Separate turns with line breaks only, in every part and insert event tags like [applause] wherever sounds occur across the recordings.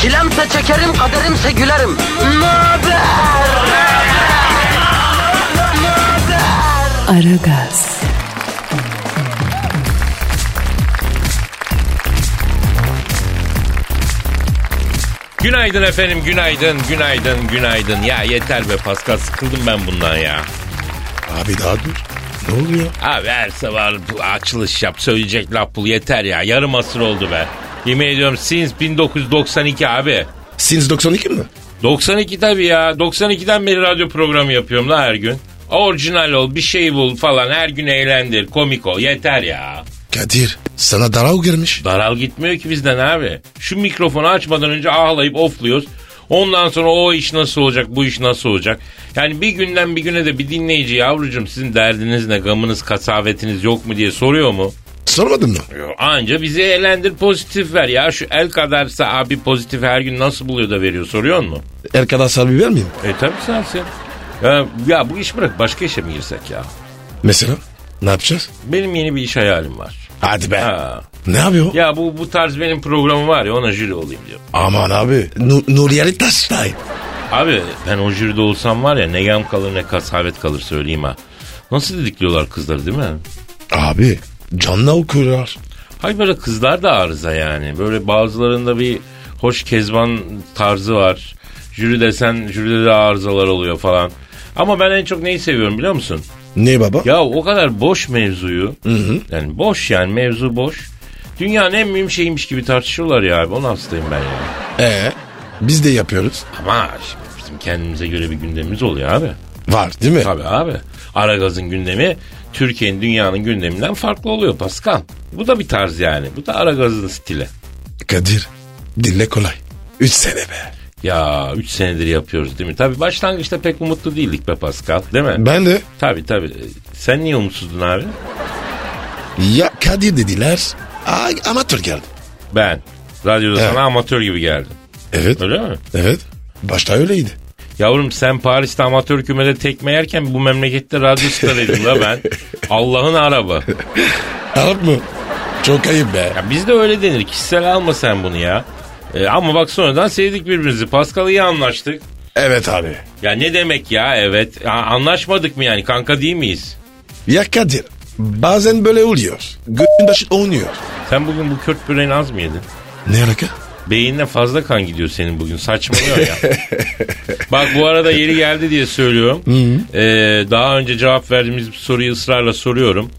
Çilemse çekerim, kaderimse gülerim. Möber!
Aragaz,
Günaydın efendim, günaydın, günaydın, günaydın. Ya yeter be Pascal, sıkıldım ben bundan ya.
Abi daha dur. Ne oluyor?
Abi her sabah bu açılış yap, söyleyecek laf bul yeter ya. Yarım asır oldu be. Yemin ediyorum since 1992 abi.
Sins 92 mi?
92 tabii ya. 92'den beri radyo programı yapıyorum la her gün. Orijinal ol, bir şey bul falan. Her gün eğlendir, komik ol. Yeter ya.
Kadir sana darav girmiş.
Daral gitmiyor ki bizden abi. Şu mikrofonu açmadan önce ağlayıp ofluyoruz. Ondan sonra o iş nasıl olacak, bu iş nasıl olacak? Yani bir günden bir güne de bir dinleyici yavrucum sizin derdiniz ne, gamınız, kasavetiniz yok mu diye soruyor mu?
Sormadın mı?
Yo, Anca bizi eğlendir pozitif ver ya. Şu el kadarsa abi pozitif her gün nasıl buluyor da veriyor soruyor mu?
Erkadan sarbi vermiyor mu?
E tabi sensin. Ya, ya bu iş bırak başka işe mi girsek ya?
Mesela? Ne yapacağız?
Benim yeni bir iş hayalim var.
Hadi be.
Ha.
Ne yapıyor?
Ya bu bu tarz benim programım var ya ona jüri olayım diyorum.
Aman abi. Nu Nuriyeli Taştay.
Abi ben o jüride olsam var ya ne gam kalır ne kasavet kalır söyleyeyim ha. Nasıl didikliyorlar kızları değil mi?
Abi canla okuyorlar.
Hay böyle kızlar da arıza yani. Böyle bazılarında bir hoş kezban tarzı var. Jüri desen jüride de arızalar oluyor falan. Ama ben en çok neyi seviyorum biliyor musun?
Ne baba?
Ya o kadar boş mevzuyu. Yani boş yani mevzu boş. Dünyanın en mühim şeymiş gibi tartışıyorlar ya abi. Ona hastayım ben ya.
Ee, biz de yapıyoruz.
Ama şimdi bizim kendimize göre bir gündemimiz oluyor abi.
Var değil mi?
Tabii abi. Aragaz'ın gündemi Türkiye'nin dünyanın gündeminden farklı oluyor Pascal. Bu da bir tarz yani. Bu da Aragaz'ın stili.
Kadir dinle kolay. Üç sene be.
Ya 3 senedir yapıyoruz değil mi? Tabii başlangıçta pek umutlu değildik be Pascal değil mi?
Ben de
Tabii tabii. Sen niye umutsuzdun abi?
ya Kadir dediler a- amatör geldi.
Ben. Radyoda
Evet.
sana amatör gibi geldim.
Evet.
Öyle mi?
Evet. Başta öyleydi.
Yavrum sen Paris'te amatör kümede tekme yerken bu memlekette radyo starıydım la
[laughs]
ben. Allah'ın araba.
Arap mı? Çok ayıp be.
Ya bizde öyle denir. Kişisel alma sen bunu ya. Ee, ama bak sonradan sevdik birbirimizi. Pascal iyi anlaştık.
Evet abi.
Ya ne demek ya evet. A- anlaşmadık mı yani kanka değil miyiz?
Ya Kadir bazen böyle oluyor. Gözün başı oynuyor.
Sen bugün bu Kürt böreğini az mı yedin?
Ne alaka?
Beyinle fazla kan gidiyor senin bugün saçmalıyor
[laughs]
ya. Bak bu arada yeri geldi diye söylüyorum. Ee, daha önce cevap verdiğimiz bir soruyu ısrarla soruyorum.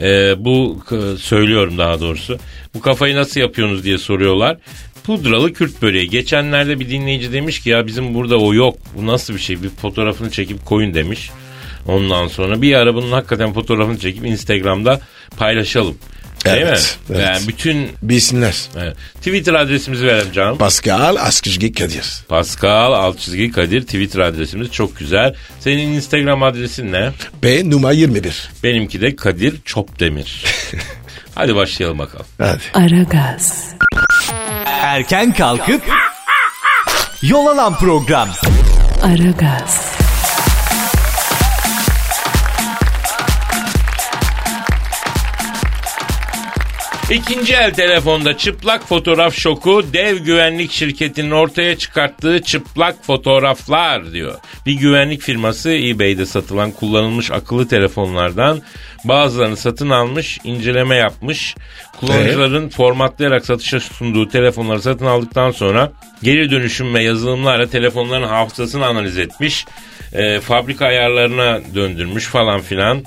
Ee, bu k- söylüyorum daha doğrusu. Bu kafayı nasıl yapıyorsunuz diye soruyorlar. Pudralı Kürt böreği. Geçenlerde bir dinleyici demiş ki ya bizim burada o yok. Bu nasıl bir şey? Bir fotoğrafını çekip koyun demiş. Ondan sonra bir ara bunun hakikaten fotoğrafını çekip Instagram'da paylaşalım. Değil
Evet,
mi?
evet.
Yani bütün
Bilsinler.
Evet. Twitter adresimizi verelim canım.
Pascal Askışgi Kadir.
Pascal alt çizgi Kadir Twitter adresimiz çok güzel. Senin Instagram adresin ne?
B numara 21.
Benimki de Kadir Çopdemir. Hadi başlayalım bakalım.
Hadi.
Aragaz,
Erken kalkıp yol alan program.
Aragaz,
İkinci el telefonda çıplak fotoğraf şoku dev güvenlik şirketinin ortaya çıkarttığı çıplak fotoğraflar diyor. Bir güvenlik firması eBay'de satılan kullanılmış akıllı telefonlardan bazılarını satın almış, inceleme yapmış. Kullanıcıların formatlayarak satışa sunduğu telefonları satın aldıktan sonra geri dönüşüm ve yazılımlarla telefonların hafızasını analiz etmiş. Ee, fabrika ayarlarına döndürmüş falan filan.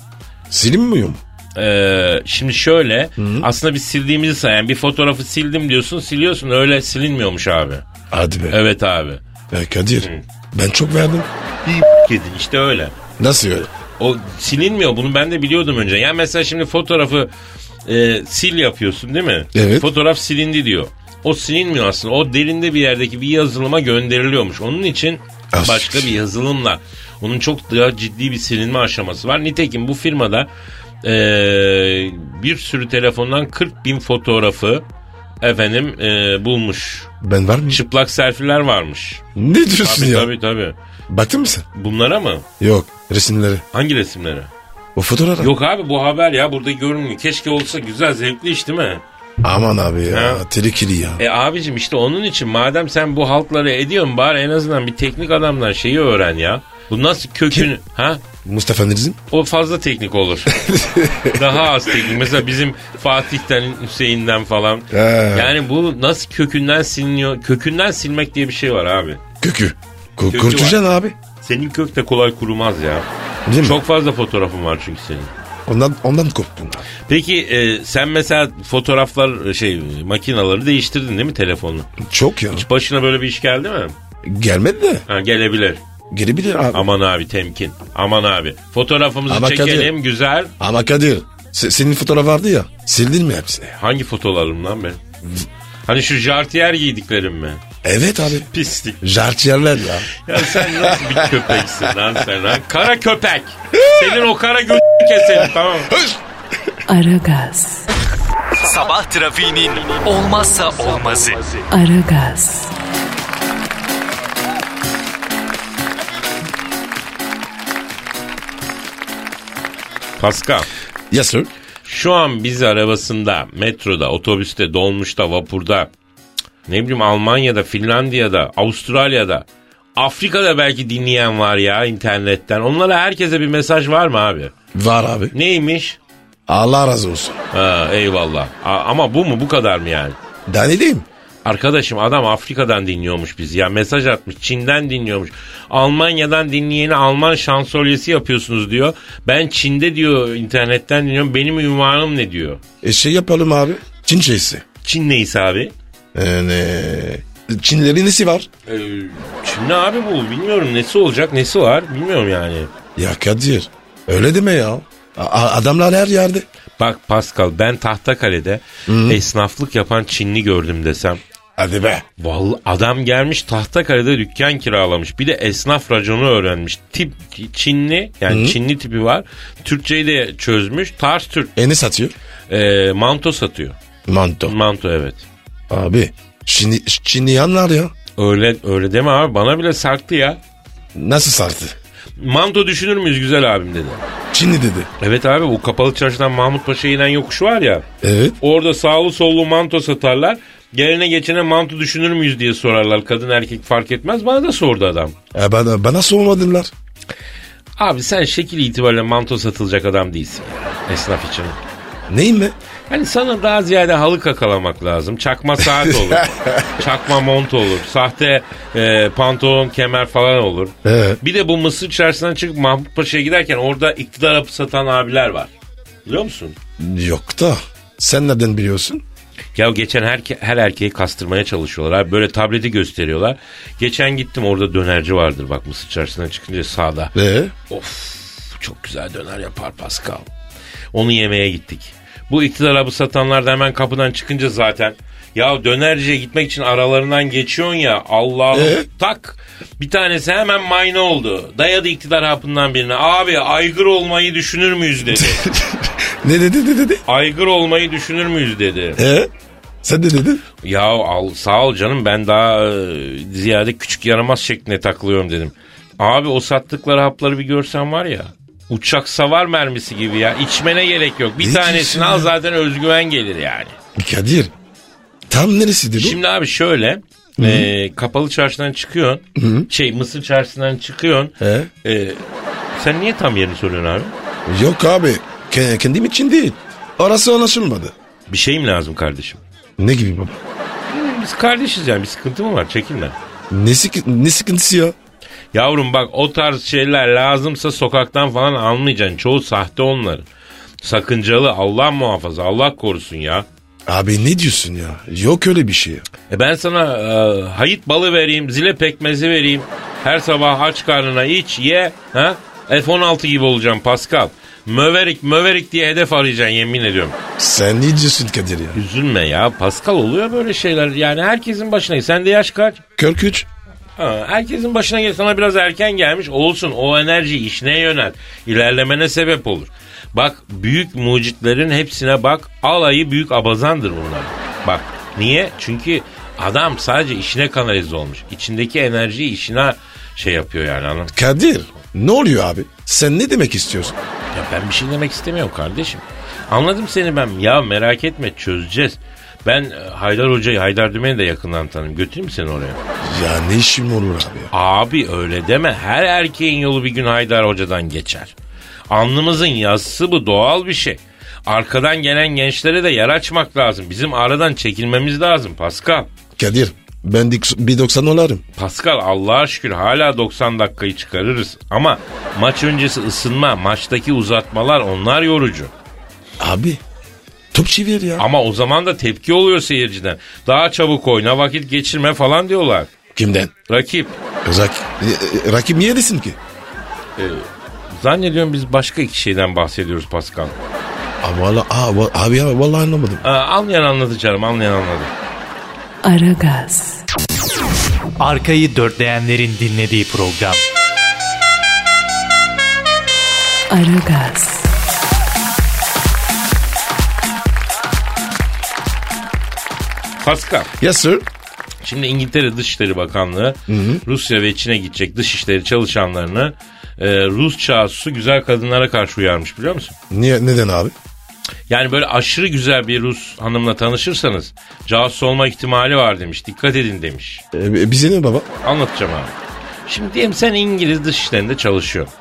Silinmiyor mu?
Ee, şimdi şöyle aslında bir sildiğimizi sayan bir fotoğrafı sildim diyorsun siliyorsun öyle silinmiyormuş abi.
Hadi be.
Evet abi.
Ya Kadir ben çok verdim.
Kedin işte öyle.
Nasıl öyle?
O silinmiyor bunu ben de biliyordum önce. Yani mesela şimdi fotoğrafı e, sil yapıyorsun değil mi?
Evet.
Fotoğraf silindi diyor. O silinmiyor aslında. O derinde bir yerdeki bir yazılıma gönderiliyormuş. Onun için
As-
başka bir yazılımla. Onun çok daha ciddi bir silinme aşaması var. Nitekim bu firmada eee, bir sürü telefondan 40 bin fotoğrafı efendim eee, bulmuş.
Ben var mı?
Çıplak selfiler varmış.
Ne diyorsun
Tabii
ya?
tabii tabii.
Baktın mı sen?
Bunlara mı?
Yok resimleri.
Hangi resimlere?
O fotoğrafı.
Yok abi bu haber ya burada görünmüyor. Keşke olsa güzel zevkli iş değil mi?
Aman abi ya.
Ha.
Tehlikeli ya.
E abicim işte onun için madem sen bu halkları ediyorsun bari en azından bir teknik adamdan şeyi öğren ya. Bu nasıl kökünü? Ha?
Mustafa Deniz'in?
O fazla teknik
[laughs]
olur. Daha az teknik. Mesela bizim Fatih'ten, Hüseyin'den falan.
He.
Yani bu nasıl kökünden siliniyor? Kökünden silmek diye bir şey var abi.
Kökü. Ko-
Kökü
Kurtulacaksın abi.
Senin kök de kolay kurumaz ya.
Değil mi?
Çok fazla fotoğrafın var çünkü senin.
Ondan, ondan korktun.
Peki e, sen mesela fotoğraflar e, şey makinaları değiştirdin değil mi telefonla?
Çok ya.
Hiç başına böyle bir iş geldi mi?
Gelmedi de.
Ha, gelebilir.
Gelebilir abi. Ama,
Aman abi temkin. Aman abi. Fotoğrafımızı
Ama
çekelim
Kadir-
güzel.
Kadir. se- senin fotoğraf vardı ya. Sildin mi hepsini?
Hangi fotolarım lan benim? Hani şu jartiyer giydiklerim mi?
Evet abi.
Pislik.
Jartiyerler ya.
Ya sen nasıl bir köpeksin lan sen ha? Kara köpek. Senin o kara gö keselim tamam mı?
Aragaz,
Sabah trafiğinin olmazsa olmazı.
Aragaz,
Pascal.
Yes sir.
Şu an biz arabasında, metroda, otobüste, dolmuşta, vapurda, ne bileyim Almanya'da, Finlandiya'da, Avustralya'da, Afrika'da belki dinleyen var ya internetten. Onlara herkese bir mesaj var mı abi?
Var abi.
Neymiş?
Allah razı olsun.
Ha, eyvallah. A- ama bu mu bu kadar mı yani?
Daha ne diyeyim?
Arkadaşım adam Afrika'dan dinliyormuş bizi ya mesaj atmış Çin'den dinliyormuş Almanya'dan dinleyeni Alman şansölyesi yapıyorsunuz diyor ben Çin'de diyor internetten dinliyorum benim ünvanım ne diyor
E şey yapalım abi. Çin şeysi.
Çin neyse abi
Yani, Çinlerin nesi var?
Ee, Çin ne abi bu bilmiyorum nesi olacak nesi var bilmiyorum yani
Ya Kadir. Öyle deme ya. A- adamlar her yerde.
Bak Pascal ben Tahtakale'de esnaflık yapan Çinli gördüm desem
Hadi be.
Vallahi adam gelmiş Tahtakale'de dükkan kiralamış. Bir de esnaf raconu öğrenmiş. Tip Çinli yani Çinli tipi var. Türkçeyi de çözmüş. Tars Türk
E ne satıyor?
e, manto satıyor.
Manto.
Manto evet.
Abi. Çinli, Çinli yanlar ya.
Öyle öyle deme abi bana bile sarktı ya.
Nasıl sardı?
Manto düşünür müyüz güzel abim dedi.
Çinli dedi.
Evet abi bu kapalı çarşıdan Mahmut Paşa'ya inen yokuş var ya.
Evet.
Orada sağlı sollu manto satarlar. Gelene geçene manto düşünür müyüz diye sorarlar. Kadın erkek fark etmez. Bana da sordu adam.
E bana, bana sormadılar.
Abi sen şekil itibariyle manto satılacak adam değilsin. ya, Esnaf için.
Neyim mi?
Hani sana daha ziyade halı kakalamak lazım. Çakma saat olur. Çakma mont olur. Sahte e, pantolon, kemer falan olur.
Ee?
Bir de bu Mısır çarşısından çıkıp Mahmut Paşa'ya giderken orada iktidar hapı satan abiler var. Biliyor musun?
Yok da. Sen nereden biliyorsun?
Ya geçen her, her erkeği kastırmaya çalışıyorlar abi. Böyle tableti gösteriyorlar. Geçen gittim orada dönerci vardır bak Mısır çarşısından çıkınca sağda.
Ee?
Of çok güzel döner yapar Pascal. Onu yemeye gittik. Bu iktidara bu satanlar da hemen kapıdan çıkınca zaten ya dönerciye gitmek için aralarından geçiyorsun ya Allah'ım
Ee?
tak bir tanesi hemen mayna oldu. Dayadı iktidar hapından birine. Abi aygır olmayı düşünür müyüz dedi.
Ne dedi dedi dedi?
aygır olmayı düşünür müyüz dedi.
Ee? Sen de dedin.
Ya al, sağ ol canım ben daha e, ziyade küçük yaramaz şeklinde takılıyorum dedim. Abi o sattıkları hapları bir görsen var ya. Uçak savar mermisi gibi ya. İçmene gerek yok. Bir
Ne diyorsun
tanesini
ya?
al zaten özgüven gelir yani.
Kadir. Tam neresidir bu?
Şimdi abi şöyle. e, kapalı çarşıdan çıkıyorsun. Şey Mısır çarşısından çıkıyorsun.
He?
E, sen niye tam yerini soruyorsun abi?
Yok abi. Ke- kendim için değil. Orası anlaşılmadı.
Bir şey mi lazım kardeşim?
Ne gibi baba?
Biz kardeşiz yani bir sıkıntı mı var? Çekinme.
Ne, sıkı- ne sıkıntısı ya?
Yavrum bak o tarz şeyler lazımsa sokaktan falan almayacaksın. Çoğu sahte onların. Sakıncalı Allah muhafaza Allah korusun ya.
Abi ne diyorsun ya? Yok öyle bir şey. ya.
E ben sana e, hayıt balı vereyim, zile pekmezi vereyim. Her sabah aç karnına iç, ye. Ha? F-16 gibi olacağım Pascal. Möverik möverik diye hedef arayacaksın yemin ediyorum.
Sen ne diyorsun Kadir ya?
Üzülme ya Pascal oluyor böyle şeyler. Yani herkesin başına. Sen de yaş kaç?
43.
Ha, herkesin başına gel sana biraz erken gelmiş olsun o enerji işine yönel. İlerlemene sebep olur. Bak büyük mucitlerin hepsine bak alayı büyük abazandır bunlar. Bak niye? Çünkü adam sadece işine kanalize olmuş. İçindeki enerjiyi işine şey yapıyor yani anladın mı?
Kadir ne oluyor abi? Sen ne demek istiyorsun?
Ya ben bir şey demek istemiyorum kardeşim. Anladım seni ben. Ya merak etme çözeceğiz. Ben e, Haydar Hoca'yı, Haydar Dümen'i de yakından tanırım. Götüreyim mi seni oraya?
Ya ne işim olur abi ya?
Abi öyle deme. Her erkeğin yolu bir gün Haydar Hoca'dan geçer. Alnımızın yazısı bu doğal bir şey. Arkadan gelen gençlere de yer açmak lazım. Bizim aradan çekilmemiz lazım Pascal.
Kadir ben dik- bir 90 olarım.
Pascal Allah'a şükür hala 90 dakikayı çıkarırız. Ama maç öncesi ısınma, maçtaki uzatmalar onlar yorucu.
Abi top çevir ya.
Ama o zaman da tepki oluyor seyirciden. Daha çabuk oyna vakit geçirme falan diyorlar.
Kimden?
Rakip.
Rak e, e, rakip niye desin ki?
Zannediyorum biz başka iki şeyden bahsediyoruz Pascal.
Abi, valla, aa, va- abi ya vallahi anlamadım.
Aa, anlayan anladı canım anlayan anladı.
Aragaz,
Arkayı dörtleyenlerin dinlediği program.
Aragaz,
Pascal
Yes sir.
şimdi İngiltere Dışişleri Bakanlığı Rusya ve Çin'e gidecek dışişleri çalışanlarını e, Rus çağsusu güzel kadınlara karşı uyarmış biliyor musun?
Niye, neden abi?
Yani böyle aşırı güzel bir Rus hanımla tanışırsanız casus olma ihtimali var demiş. Dikkat edin demiş.
E, E, bize ne baba?
Anlatacağım abi. Şimdi diyelim sen İngiliz dışişlerinde çalışıyorsun.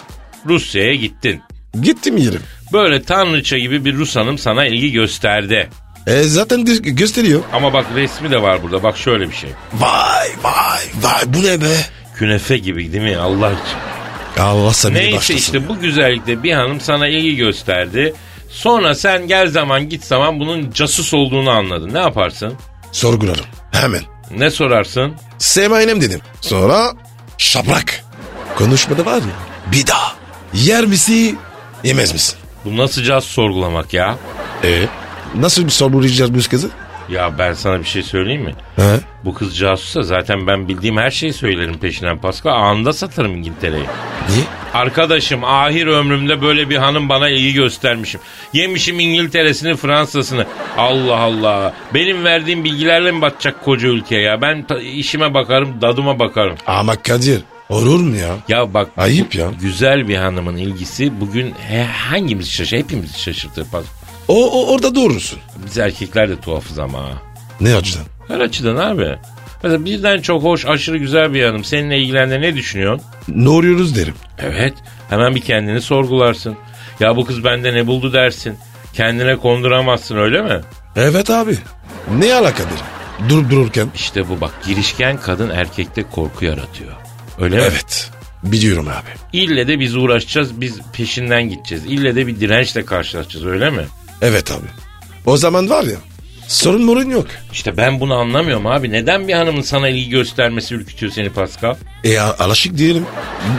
Rusya'ya gittin.
Gittim yerim.
Böyle tanrıça gibi bir Rus hanım sana ilgi gösterdi.
E, zaten gö- gösteriyor.
Ama bak resmi de var burada. Bak şöyle bir şey.
Vay vay vay bu ne be?
Künefe gibi değil mi Allah için?
Allah sabır
Neyse
başlasın.
işte bu güzellikte bir hanım sana ilgi gösterdi. Sonra sen gel zaman git zaman bunun casus olduğunu anladın. Ne yaparsın?
Sorgularım hemen.
Ne sorarsın?
Semayenem dedim. Sonra şaprak. Konuşmada var ya. Bir daha. Yer misin? Yemez misin?
Bu nasıl casus sorgulamak ya?
E Nasıl bir sorgulayacağız bu kızı?
Ya ben sana bir şey söyleyeyim mi?
He?
Bu kız casussa zaten ben bildiğim her şeyi söylerim peşinden Pascal. Anında satarım İngiltere'yi.
Niye?
Arkadaşım ahir ömrümde böyle bir hanım bana iyi göstermişim. Yemişim İngiltere'sini Fransa'sını. Allah Allah. Benim verdiğim bilgilerle mi batacak koca ülke ya? Ben ta- işime bakarım, dadıma bakarım.
Ama Kadir olur mu ya?
Ya bak
Ayıp ya.
güzel bir hanımın ilgisi bugün he, hangimizi şaşırtır? Hepimizi şaşırtır. Pas-
O, o orada doğrusun.
Biz erkekler de tuhafız ama ha.
Ne açıdan?
Her açıdan abi. Mesela birden çok hoş, aşırı güzel bir hanım. Seninle ilgilendiğinde ne düşünüyorsun?
Ne oluyoruz derim.
Evet. Hemen bir kendini sorgularsın. Ya bu kız bende ne buldu dersin. Kendine konduramazsın öyle mi?
Evet abi. Ne ala Kadir? Durup dururken.
İşte bu bak girişken kadın erkekte korku yaratıyor. Öyle mi?
Evet. Biliyorum abi.
İlle de biz uğraşacağız, biz peşinden gideceğiz. İlle de bir dirençle karşılaşacağız öyle mi?
Evet abi. O zaman var ya. Sorun morun yok.
İşte ben bunu anlamıyorum abi. Neden bir hanımın sana ilgi göstermesi ürkütüyor seni Pascal?
E a- alaşık diyelim.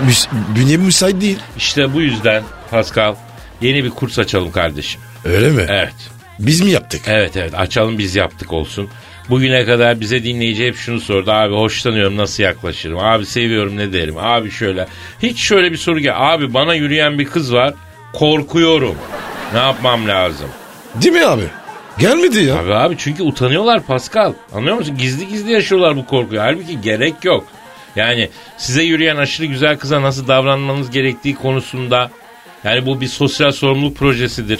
Müs- bünye müsait değil.
İşte bu yüzden Pascal yeni bir kurs açalım kardeşim.
Öyle mi?
Evet.
Biz mi yaptık?
Evet evet açalım biz yaptık olsun. Bugüne kadar bize dinleyici hep şunu sordu. Abi hoşlanıyorum nasıl yaklaşırım? Abi seviyorum ne derim? Abi şöyle. Hiç şöyle bir soru gel. Abi bana yürüyen bir kız var. Korkuyorum. Ne yapmam lazım?
Değil mi abi? Gelmedi ya.
Abi abi çünkü utanıyorlar Pascal. Anlıyor musun? Gizli gizli yaşıyorlar bu korkuyu. Halbuki gerek yok. Yani size yürüyen aşırı güzel kıza nasıl davranmanız gerektiği konusunda yani bu bir sosyal sorumluluk projesidir.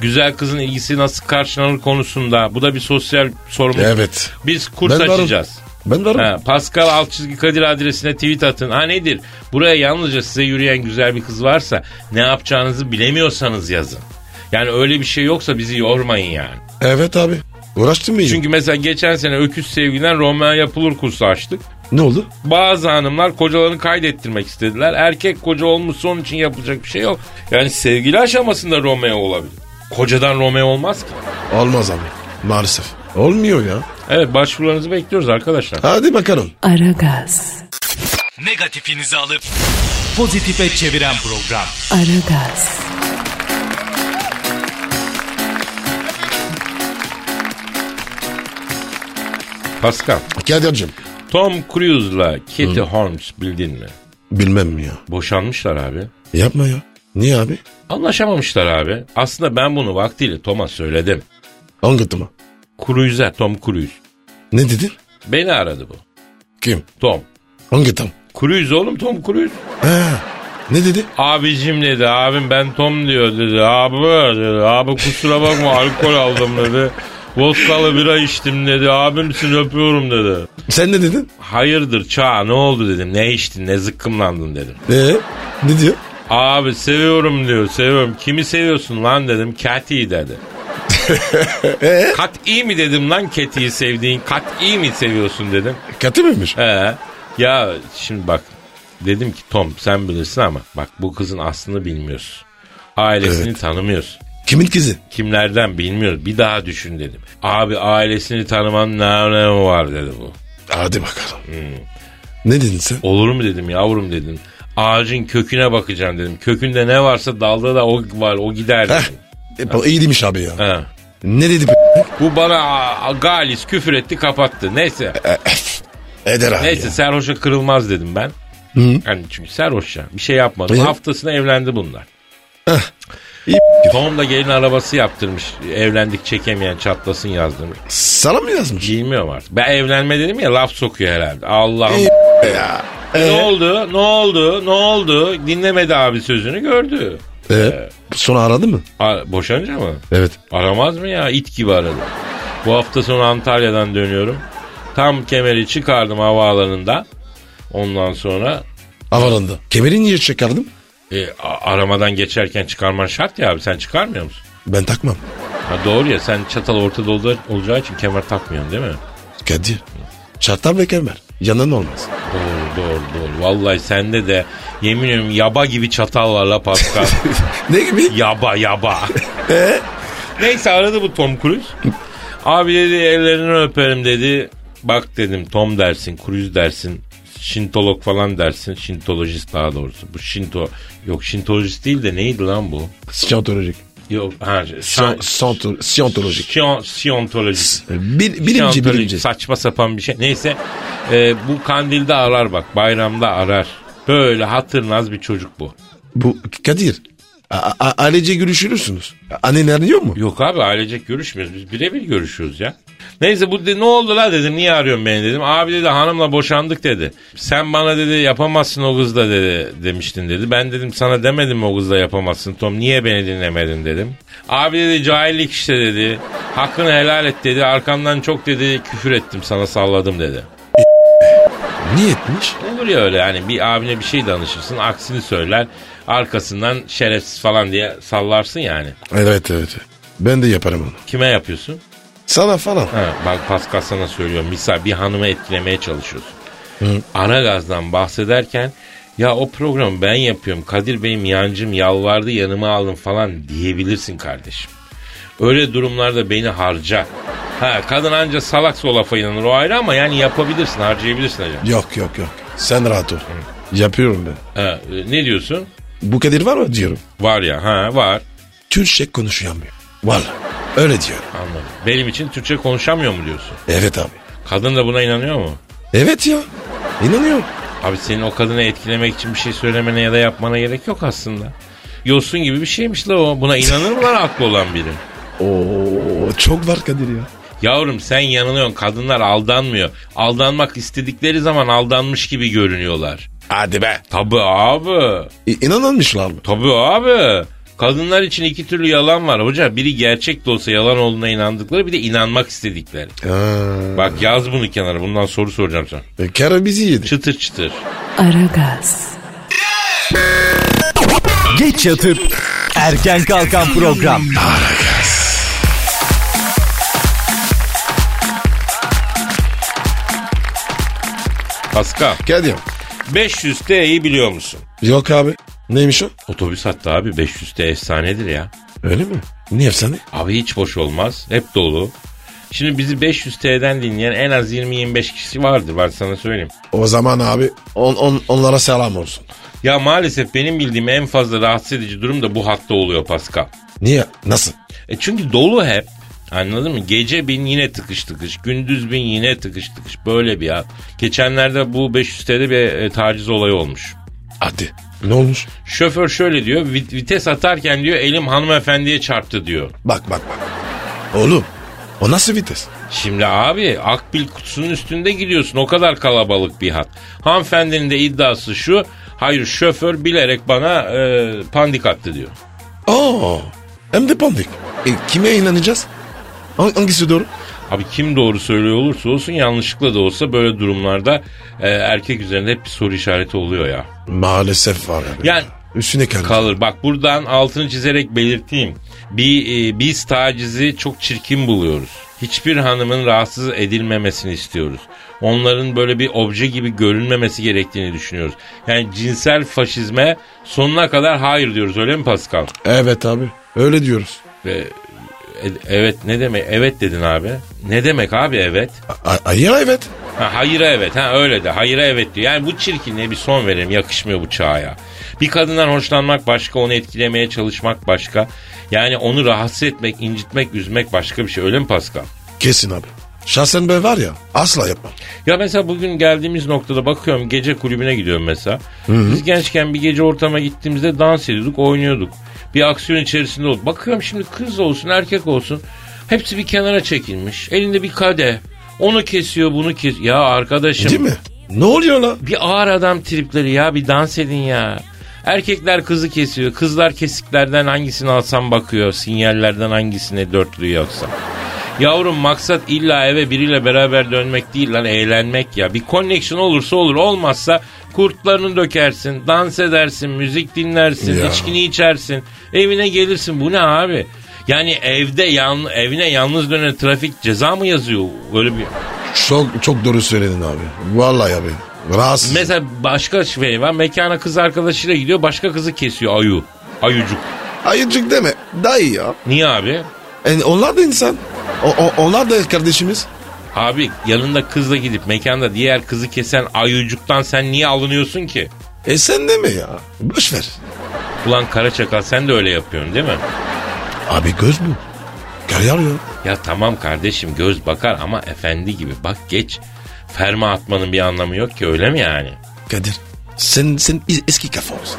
Güzel kızın ilgisi nasıl karşılanır konusunda bu da bir sosyal sorumluluk.
Evet.
Biz kurs
Ben varım.
açacağız.
Ben varım.
Ha, Pascal alt çizgi Kadir adresine tweet atın. Ha nedir? Buraya yalnızca size yürüyen güzel bir kız varsa ne yapacağınızı bilemiyorsanız yazın. Yani öyle bir şey yoksa bizi yormayın yani.
Evet abi. Uğraştın mı? Çünkü...
Çünkü mesela geçen sene Öküz Sevgi'den Romeo Yapılır kursu açtık.
Ne oldu?
Bazı hanımlar kocalarını kaydettirmek istediler. Erkek koca olmuşsa onun için yapılacak bir şey yok. Yani sevgili aşamasında Romeo olabilir. Kocadan Romeo olmaz ki.
Olmaz abi. Maalesef. Olmuyor ya.
Evet başvurularınızı bekliyoruz arkadaşlar.
Hadi bakalım.
Aragaz,
Negatifinizi alıp pozitife çeviren program.
Aragaz,
Pascal
Kadir'cim
Tom Cruise'la Katie Holmes bildin mi?
Bilmem mi ya?
Boşanmışlar abi.
Yapma ya. Niye abi?
Anlaşamamışlar abi. Aslında ben bunu vaktiyle Tom'a söyledim.
Anlatıma.
Cruise'e Tom Cruise.
Ne dedin?
Beni aradı bu.
Kim?
Tom.
Anlatım.
Cruise oğlum Tom Cruise.
Ha. Ne dedi?
Abicim dedi abim ben Tom diyor dedi. Abi dedi abi kusura bakma [laughs] alkol aldım dedi. Vodkalı bira içtim dedi. Abimsin öpüyorum dedi.
Sen ne dedin?
Hayırdır çağ ne oldu dedim. Ne içtin ne zıkkımlandın dedim.
Ee, ne diyor?
Abi seviyorum diyor seviyorum. Kimi seviyorsun lan dedim. Kat'i dedi. kat iyi mi dedim lan Keti'yi sevdiğin. Kat iyi mi seviyorsun dedim.
Katı mıymış?
He. Ee, Ya şimdi bak dedim ki Tom sen bilirsin ama bak bu kızın aslını bilmiyoruz. Ailesini tanımıyoruz.
Kimin kızı?
Kimlerden bilmiyoruz. Bir daha düşün dedim. Abi ailesini tanımanın ne önemi var dedi bu.
Hadi bakalım. Ne dedin sen?
Olur mu dedim yavrum dedim. Ağacın köküne bakacaksın dedim. Kökünde ne varsa dalda da o var o gider dedim.
E, iyi demiş abi ya.
He.
Ne dedi? p-
Bu bana a- a- galis küfür etti kapattı. Neyse.
Eder abi
Neyse
ya.
Serhoş'a kırılmaz dedim ben. Yani çünkü Serhoş ya bir şey yapmadım.
Ee?
Haftasına evlendi bunlar.
İyi [laughs]
Tom da gelin arabası yaptırmış. Evlendik çekemeyen çatlasın yazdırmış.
Sana mı yazmış?
Bilmiyorum artık. Ben evlenme dedim ya laf sokuyor herhalde. Allah'ım.
[laughs]
E,
Ya. Ee?
Ne oldu? Ne oldu? Ne oldu? Dinlemedi abi sözünü gördü.
Ee, sonra aradı mı?
A- boşanınca mı?
Evet.
Aramaz mı ya? İt gibi aradı. Bu hafta sonu Antalya'dan dönüyorum. Tam kemeri çıkardım havaalanında. Ondan sonra
Havalanda. Kemeri niye çıkardım?
e, a- aramadan geçerken çıkarman şart ya abi. Sen çıkarmıyor musun?
Ben takmam.
Ha doğru ya sen çatal ortada olda- olacağı için kemer takmıyorsun değil mi?
Kadir. Çatal ve kemer. Yanan olmaz.
Doğru doğru doğru. Vallahi sende de yemin ediyorum yaba gibi çatal var la Pascal.
Ne gibi?
yaba yaba. Neyse aradı bu Tom Cruise. Abi dedi ellerini öperim dedi. Bak dedim Tom dersin, Cruise dersin. Şintolog falan dersin. Şintolojist daha doğrusu. Bu Şinto... Yok Şintolojist değil de neydi lan bu?
Siyantolojik.
Yok. Ha,
Siyan-
Şan-
Siyanto- Siyontolojik.
Siyon- Siyontolojist.
Bil, E, bilimci
Şantörlük,
bilimci.
Saçma sapan bir şey. Neyse e, bu kandilde arar bak bayramda arar. Böyle hatırnaz bir çocuk bu.
Bu Kadir. A- a- ailece görüşürsünüz. Annen arıyor mu?
Yok abi ailecek görüşmüyoruz biz birebir görüşüyoruz ya. Neyse bu de, ne oldu la dedim niye arıyorsun beni dedim. Abi dedi hanımla boşandık dedi. Sen bana dedi yapamazsın o kızla dedi demiştin dedi. Ben dedim sana demedim mi o kızla yapamazsın Tom niye beni dinlemedin dedim. Abi dedi cahillik işte dedi. Hakkını helal et dedi. Arkamdan çok dedi küfür ettim sana salladım dedi.
Niye etmiş?
Olur ya öyle yani bir abine bir şey danışırsın aksini söyler arkasından şerefsiz falan diye sallarsın yani.
Evet evet. Ben de yaparım onu.
Kime yapıyorsun?
Sana falan.
Ha, bak Pascal sana söylüyorum misal bir hanımı etkilemeye çalışıyorsun. Ana gazdan bahsederken ya o programı ben yapıyorum Kadir Bey'im yancım yalvardı yanıma alın falan diyebilirsin kardeşim. Öyle durumlarda beni harca. Ha, kadın anca salak o lafa inanır o ayrı ama yani yapabilirsin harcayabilirsin hocam.
Yok yok yok. Sen rahat ol. Yapıyorum ben.
Ha, e, ne diyorsun?
Bu Kadir var mı diyorum.
Var ya ha var.
Türkçe konuşamıyor. Valla. Öyle diyor.
Anladım. Benim için Türkçe konuşamıyor mu diyorsun?
Evet abi.
Kadın da buna inanıyor mu?
Evet ya. İnanıyorum.
Abi senin o kadını etkilemek için bir şey söylemene ya da yapmana gerek yok aslında. Yosun gibi bir şeymiş la o. Buna inanır mı lan aklı olan biri?
Oo çok var Kadir ya.
Yavrum sen yanılıyorsun. Kadınlar aldanmıyor. Aldanmak istedikleri zaman aldanmış gibi görünüyorlar.
Hadi be.
Tabi abi.
inanılmışlar mı?
Tabi abi. Kadınlar için iki türlü yalan var hoca. Biri gerçek de olsa yalan olduğuna inandıkları bir de inanmak istedikleri. Bak yaz bunu kenara bundan soru soracağım sana.
E, Kara bizi yedi.
Çıtır çıtır.
Aragaz,
Geç yatıp erken kalkan program.
Pascal
Kadir.
500 TL'yi biliyor musun?
Yok abi. Neymiş o?
Otobüs hattı abi 500 de efsanedir ya.
Öyle mi? Niye efsane?
Abi hiç boş olmaz. Hep dolu. Şimdi bizi 500 T'den dinleyen en az 20-25 kişi vardır ben sana söyleyeyim.
O zaman abi on, on, onlara selam olsun.
Ya maalesef benim bildiğim en fazla rahatsız edici durum da bu hatta oluyor Pascal.
Niye? Nasıl?
E çünkü dolu hep. Anladın mı? Gece bin yine tıkış tıkış. Gündüz bin yine tıkış tıkış. Böyle bir ya. Geçenlerde bu 500 TL bir e, taciz olayı olmuş.
Hadi. Ne olmuş?
Şoför şöyle diyor. "Vit- Vites atarken diyor elim hanımefendiye çarptı diyor.
Bak bak bak. Oğlum o nasıl vites?
Şimdi abi akbil kutusunun üstünde gidiyorsun o kadar kalabalık bir hat. Hanımefendinin de iddiası şu hayır şoför bilerek bana e, pandik attı diyor.
Aa, hem de pandik. E, kime inanacağız? Hang- Hangisi doğru?
Abi kim doğru söylüyor olursa olsun yanlışlıkla da olsa böyle durumlarda e, erkek üzerinde hep bir soru işareti oluyor ya.
Maalesef var abi.
Yani-
Üstüne kalır.
Kalır bak buradan altını çizerek belirteyim. Bir, e, biz tacizi çok çirkin buluyoruz. Hiçbir hanımın rahatsız edilmemesini istiyoruz. Onların böyle bir obje gibi görünmemesi gerektiğini düşünüyoruz. Yani cinsel faşizme sonuna kadar hayır diyoruz öyle mi Pascal?
evet abi öyle diyoruz.
Ve, e, evet ne demek? Evet dedin abi. Ne demek abi evet?
A- hayır evet.
Ha, hayıra evet ha öyle de hayıra evet diyor. Yani bu çirkinliğe bir son verelim yakışmıyor bu çağa ya. Bir kadından hoşlanmak başka onu etkilemeye çalışmak başka. Yani onu rahatsız etmek incitmek üzmek başka bir şey öyle mi Pascal?
Kesin abi. Şahsen ben var ya asla yapmam.
Ya mesela bugün geldiğimiz noktada bakıyorum gece kulübüne gidiyorum mesela. Biz gençken bir gece ortama gittiğimizde dans ediyorduk oynuyorduk. Bir aksiyon içerisinde olduk. Bakıyorum şimdi kız olsun erkek olsun hepsi bir kenara çekilmiş. Elinde bir kadeh. Onu kesiyor bunu kes. Ya arkadaşım.
Değil mi? Ne oluyor lan?
Bir ağır adam tripleri ya bir dans edin ya. Erkekler kızı kesiyor. Kızlar kesiklerden hangisini alsam bakıyor. Sinyallerden hangisine dörtlü yapsam. Yavrum maksat illa eve biriyle beraber dönmek değil lan eğlenmek ya. Bir connection olursa olur olmazsa kurtlarını dökersin, dans edersin, müzik dinlersin,
Ya.
içkini içersin, evine gelirsin. Bu ne abi? Yani evde yan, evine yalnız dönen trafik ceza mı yazıyor? Böyle bir
Çok çok doğru söyledin abi. Vallahi abi. Rahatsız.
Mesela başka şey var. Mekana kız arkadaşıyla gidiyor. Başka kızı kesiyor ayu. Ayucuk.
Ayıcık deme. Daha iyi ya.
Niye abi?
E, onlar da insan. O, o- onlar da kardeşimiz.
Abi yanında kızla gidip mekanda diğer kızı kesen ayucuktan sen niye alınıyorsun ki?
E sen deme ya. Boş ver.
Ulan kara çakal sen de öyle yapıyorsun değil mi?
Abi göz bu. Kar yarıyor.
Ya tamam kardeşim göz bakar ama efendi gibi bak geç. Ferma atmanın bir anlamı yok ki öyle mi yani?
Kadir. Sen, sen es- eski kafa olsun.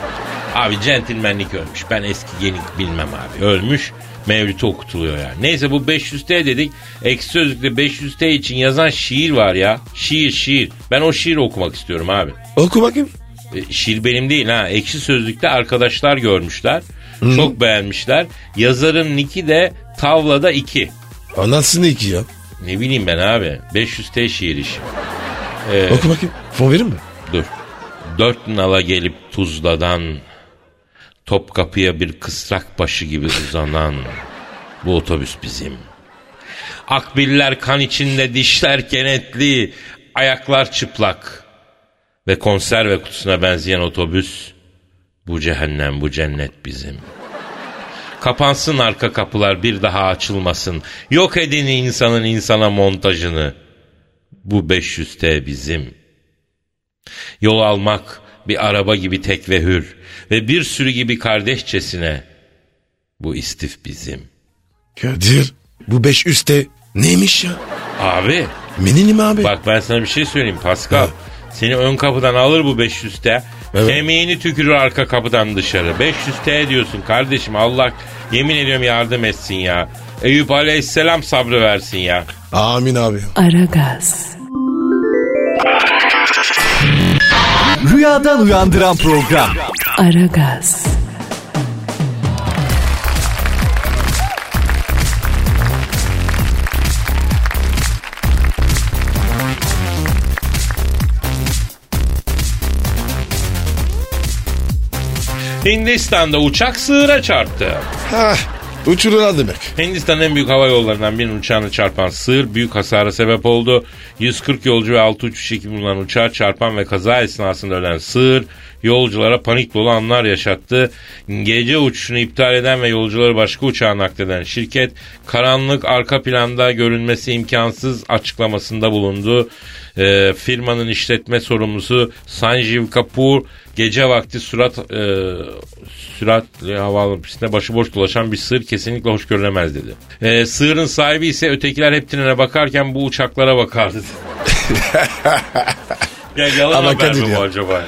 Abi centilmenlik ölmüş. Ben eski yenik bilmem abi. Ölmüş. Mevlüt'e okutuluyor yani. Neyse bu 500T dedik. Eksi sözlükte 500T için yazan şiir var ya. Şiir şiir. Ben o şiiri okumak istiyorum abi.
Oku bakayım.
E, şiir benim değil ha. Ekşi sözlükte arkadaşlar görmüşler. Çok beğenmişler. Yazarın niki de tavlada 2.
Anasını iki ya.
Ne bileyim ben abi. 500T şiir işi.
Oku bakayım. Fon verir mi?
Dur. Dört nala gelip Tuzla'dan Topkapı'ya bir kısrak başı gibi uzanan bu otobüs bizim. Akbiller kan içinde dişler kenetli, ayaklar çıplak ve konserve kutusuna benzeyen otobüs bu cehennem bu cennet bizim. Kapansın arka kapılar bir daha açılmasın. Yok edin insanın insana montajını. Bu 500 T bizim. Yol almak bir araba gibi tek ve hür ve bir sürü gibi kardeşçesine bu istif bizim.
Kadir. Bu beş üste neymiş ya?
Abi
Menini mi abi?
bak ben sana bir şey söyleyeyim Pascal. Seni ön kapıdan alır bu 500'te.
Evet.
Kemiğini tükürür arka kapıdan dışarı. 500T diyorsun kardeşim Allah yemin ediyorum yardım etsin ya. Eyüp Aleyhisselam sabrı versin ya.
Amin abi.
Aragaz,
Rüyadan uyandıran program.
Aragaz,
Hindistan'da uçak sığıra çarptı.
Hah. Uçururlar demek.
Hindistan'ın en büyük hava yollarından birinin uçağını çarpan sığır büyük hasara sebep oldu. 140 yolcu ve 6 uçuş ekibi bulunan uçağa çarpan ve kaza esnasında ölen sığır Yolculara panik dolu anlar yaşattı. Gece uçuşunu iptal eden ve yolcuları başka uçağa nakleden şirket karanlık arka planda görünmesi imkansız açıklamasında bulundu. Ee, firmanın işletme sorumlusu Sanjeev Kapoor gece vakti surat e, süratli havaalanı pistinde başıboş dolaşan bir sığır kesinlikle hoş görülemez dedi. Ee, sığırın sahibi ise ötekiler hep trene bakarken bu uçaklara bakar
[laughs]
dedi. ya yalan
Ama
haber
Kadir
mi bu
ya.
acaba?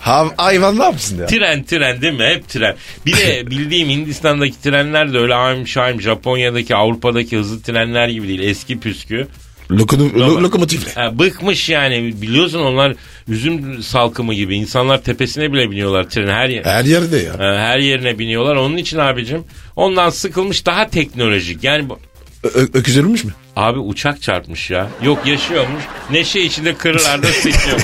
Ha, hayvan ne yapsın ya?
Tren tren değil mi? Hep tren. Bir
[laughs]
de bildiğim Hindistan'daki trenler de öyle ahim şahim Japonya'daki Avrupa'daki hızlı trenler gibi değil. Eski püskü.
Lokonu- lo- lokomotifle.
Ha, bıkmış yani biliyorsun onlar üzüm salkımı gibi. İnsanlar tepesine bile biniyorlar trenin her yer.
Her yerde ya.
Ha, Her yerine biniyorlar. Onun için abicim ondan sıkılmış daha teknolojik. Yani bu-
Ö- ö- öküz ölmüş mü?
abi uçak çarpmış ya. Yok yaşıyormuş. Neşe içinde
[laughs]
kırlarda sekiyor.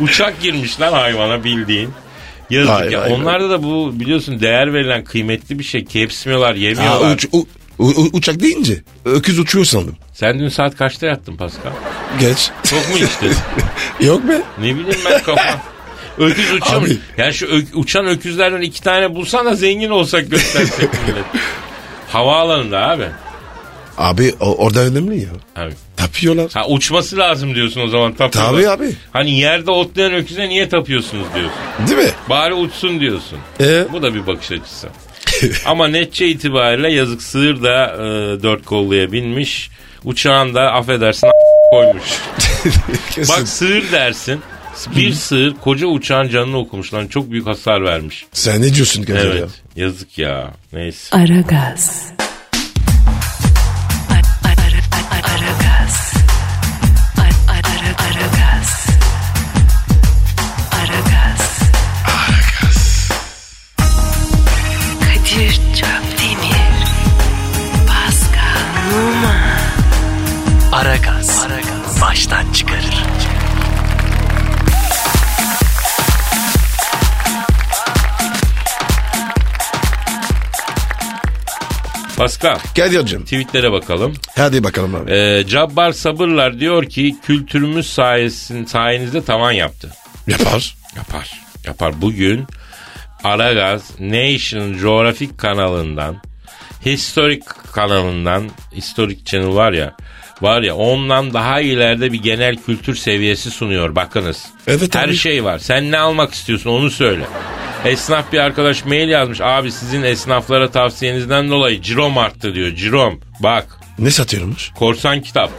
uçak girmiş lan hayvana bildiğin. Yazık
Vay,
ya.
vay, vay.
Onlarda da bu biliyorsun değer verilen kıymetli bir şey. Kepsmiyorlar,
Aa,
yemiyorlar.
uç- u- u- uçak deyince öküz uçuyor sandım.
Sen dün saat kaçta yattın Pascal?
Geç.
Çok mu içtin?
[laughs] Yok be.
Ne bileyim ben
[laughs]
kafam. Öküz uçuyormuş.
Abi.
Yani şu ö- uçan öküzlerden iki tane bulsan da zengin olsak
[laughs]
göstersek millet. Havaalanında abi.
Abi o- orada önemli ya.
Abi.
Tapıyorlar.
Ha uçması lazım diyorsun o zaman tapıyorlar.
Tabii abi.
Hani yerde otlayan öküze niye tapıyorsunuz diyorsun.
Değil mi?
Bari uçsun diyorsun.
Ee?
Bu da bir bakış açısı. [laughs] Ama netçe itibariyle yazık sığır da e, dört kolluya binmiş. Uçağın da affedersin a-
[laughs]
koymuş.
Kesin.
Bak sığır dersin. Bir sığır koca uçağın canını okumuş lan. Çok büyük hasar vermiş.
Sen ne diyorsun Kadir ya?
Evet. Yazık ya. Neyse.
Aragaz. Ara- ara- ara- Aragaz. Ara- ara- Aragaz. Aragaz. Kadir Çöpdemir. Pascal Numa.
Aragaz. Baştan çıkarır.
Pascal
Kadir'cim
tweetlere bakalım.
hadi bakalım abi.
Ee, Cabbar Sabırlar diyor ki kültürümüz sayesin, sayenizde tavan yaptı.
Yapar.
Yapar. Yapar. Bugün Aragaz Nation Geographic kanalından Historic kanalından Historic Channel var ya var ya ondan daha ileride bir genel kültür seviyesi sunuyor bakınız.
Evet
Her
abi.
şey var. Sen ne almak istiyorsun onu söyle. Esnaf bir arkadaş mail yazmış. Abi sizin esnaflara tavsiyenizden dolayı cirom arttı diyor. Cirom bak
Ne satıyormuş?
korsan kitap.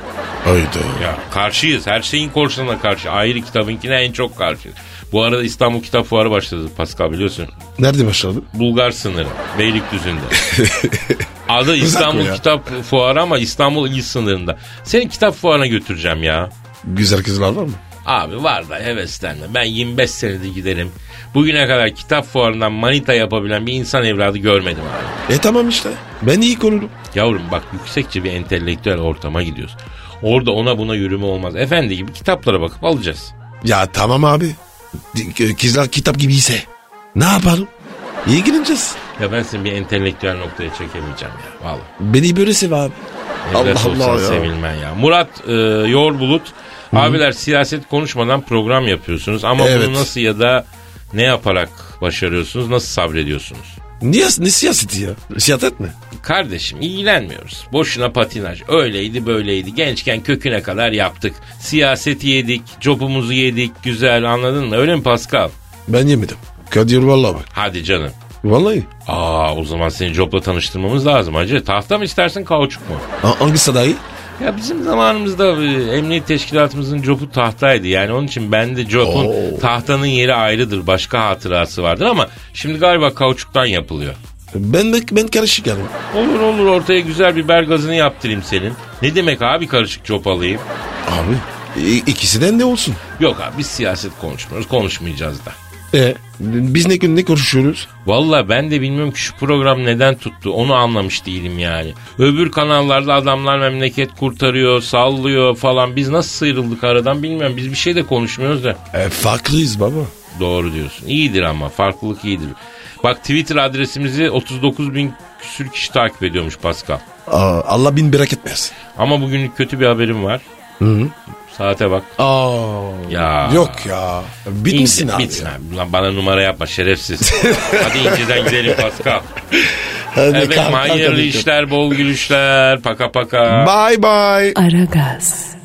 Hayda.
Ya karşıyız. Her şeyin korsanına karşı. Ayrı kitabınkine en çok karşıyız. Bu arada İstanbul Kitap Fuarı başladı Pascal biliyorsun.
Nerede başladı?
Bulgar sınırı. Beylikdüzü'nde. Adı İstanbul
ya.
Kitap Fuarı ama İstanbul il sınırında. Seni kitap fuarına götüreceğim ya.
Güzel kızlar var mı?
Abi var da heveslenme. Ben 25 senedir giderim. Bugüne kadar kitap fuarından manita yapabilen bir insan evladı görmedim abi.
E tamam işte. Ben iyi konurum.
Yavrum bak yüksekçe bir entelektüel ortama gidiyoruz. Orada ona buna yürüme olmaz. Efendi gibi kitaplara bakıp alacağız.
Ya tamam abi. Di- e, Kızlar kitap gibiyse. Ne yaparım? İyi gireceğiz.
Ya ben seni bir entelektüel noktaya çekemeyeceğim ya. Vallahi.
Beni böyle sev abi.
Allah
Allah Allah ya.
sevilmen ya. Murat e, Yorbulut. Abiler siyaset konuşmadan program yapıyorsunuz ama
Evet.
bunu nasıl ya da ne yaparak başarıyorsunuz? Nasıl sabrediyorsunuz?
Niye, ne siyaseti ya? Siyaset mi?
Kardeşim ilgilenmiyoruz. Boşuna patinaj. Öyleydi böyleydi. Gençken köküne kadar yaptık. Siyaseti yedik. Copumuzu yedik. Güzel anladın mı? Öyle mi Pascal?
Ben yemedim. Kadir vallahi bak.
Hadi canım.
Vallahi.
Aa o zaman seni copla tanıştırmamız lazım hacı. Tahta mı istersin kauçuk mu?
Ha, hangi sadayı?
Ya bizim zamanımızda e, emniyet teşkilatımızın copu tahtaydı. Yani onun için bende copun
Oo.
tahtanın yeri ayrıdır. Başka hatırası vardır ama şimdi galiba kauçuktan yapılıyor.
Ben, ben, ben karışık yani.
Olur olur ortaya güzel biber gazını yaptırayım senin. Ne demek abi karışık cop alayım?
Abi i- ikisinden de olsun.
Yok abi biz siyaset konuşmuyoruz konuşmayacağız da.
E biz ne gün ne konuşuyoruz?
Valla ben de bilmiyorum ki şu program neden tuttu onu anlamış değilim yani. Öbür kanallarda adamlar memleket kurtarıyor, sallıyor falan. Biz nasıl sıyrıldık aradan bilmiyorum. Biz bir şey de konuşmuyoruz da.
E, farklıyız baba.
Doğru diyorsun. İyidir ama farklılık iyidir. Bak Twitter adresimizi 39 bin küsür kişi takip ediyormuş Pascal.
Aa, Allah bin bereket versin.
Ama bugünlük kötü bir haberim var. Saate bak.
Aa.
Ya.
Yok ya. Bitmişsin
İnce-
abi.
Bitsin
ya.
abi. Lan bana numara yapma şerefsiz. Hadi inceden gidelim
[laughs]
Pascal.
Hadi
Evet
kalk, kalk,
hayırlı
hadi.
işler, bol gülüşler, paka paka.
Bye bye.
Aragaz.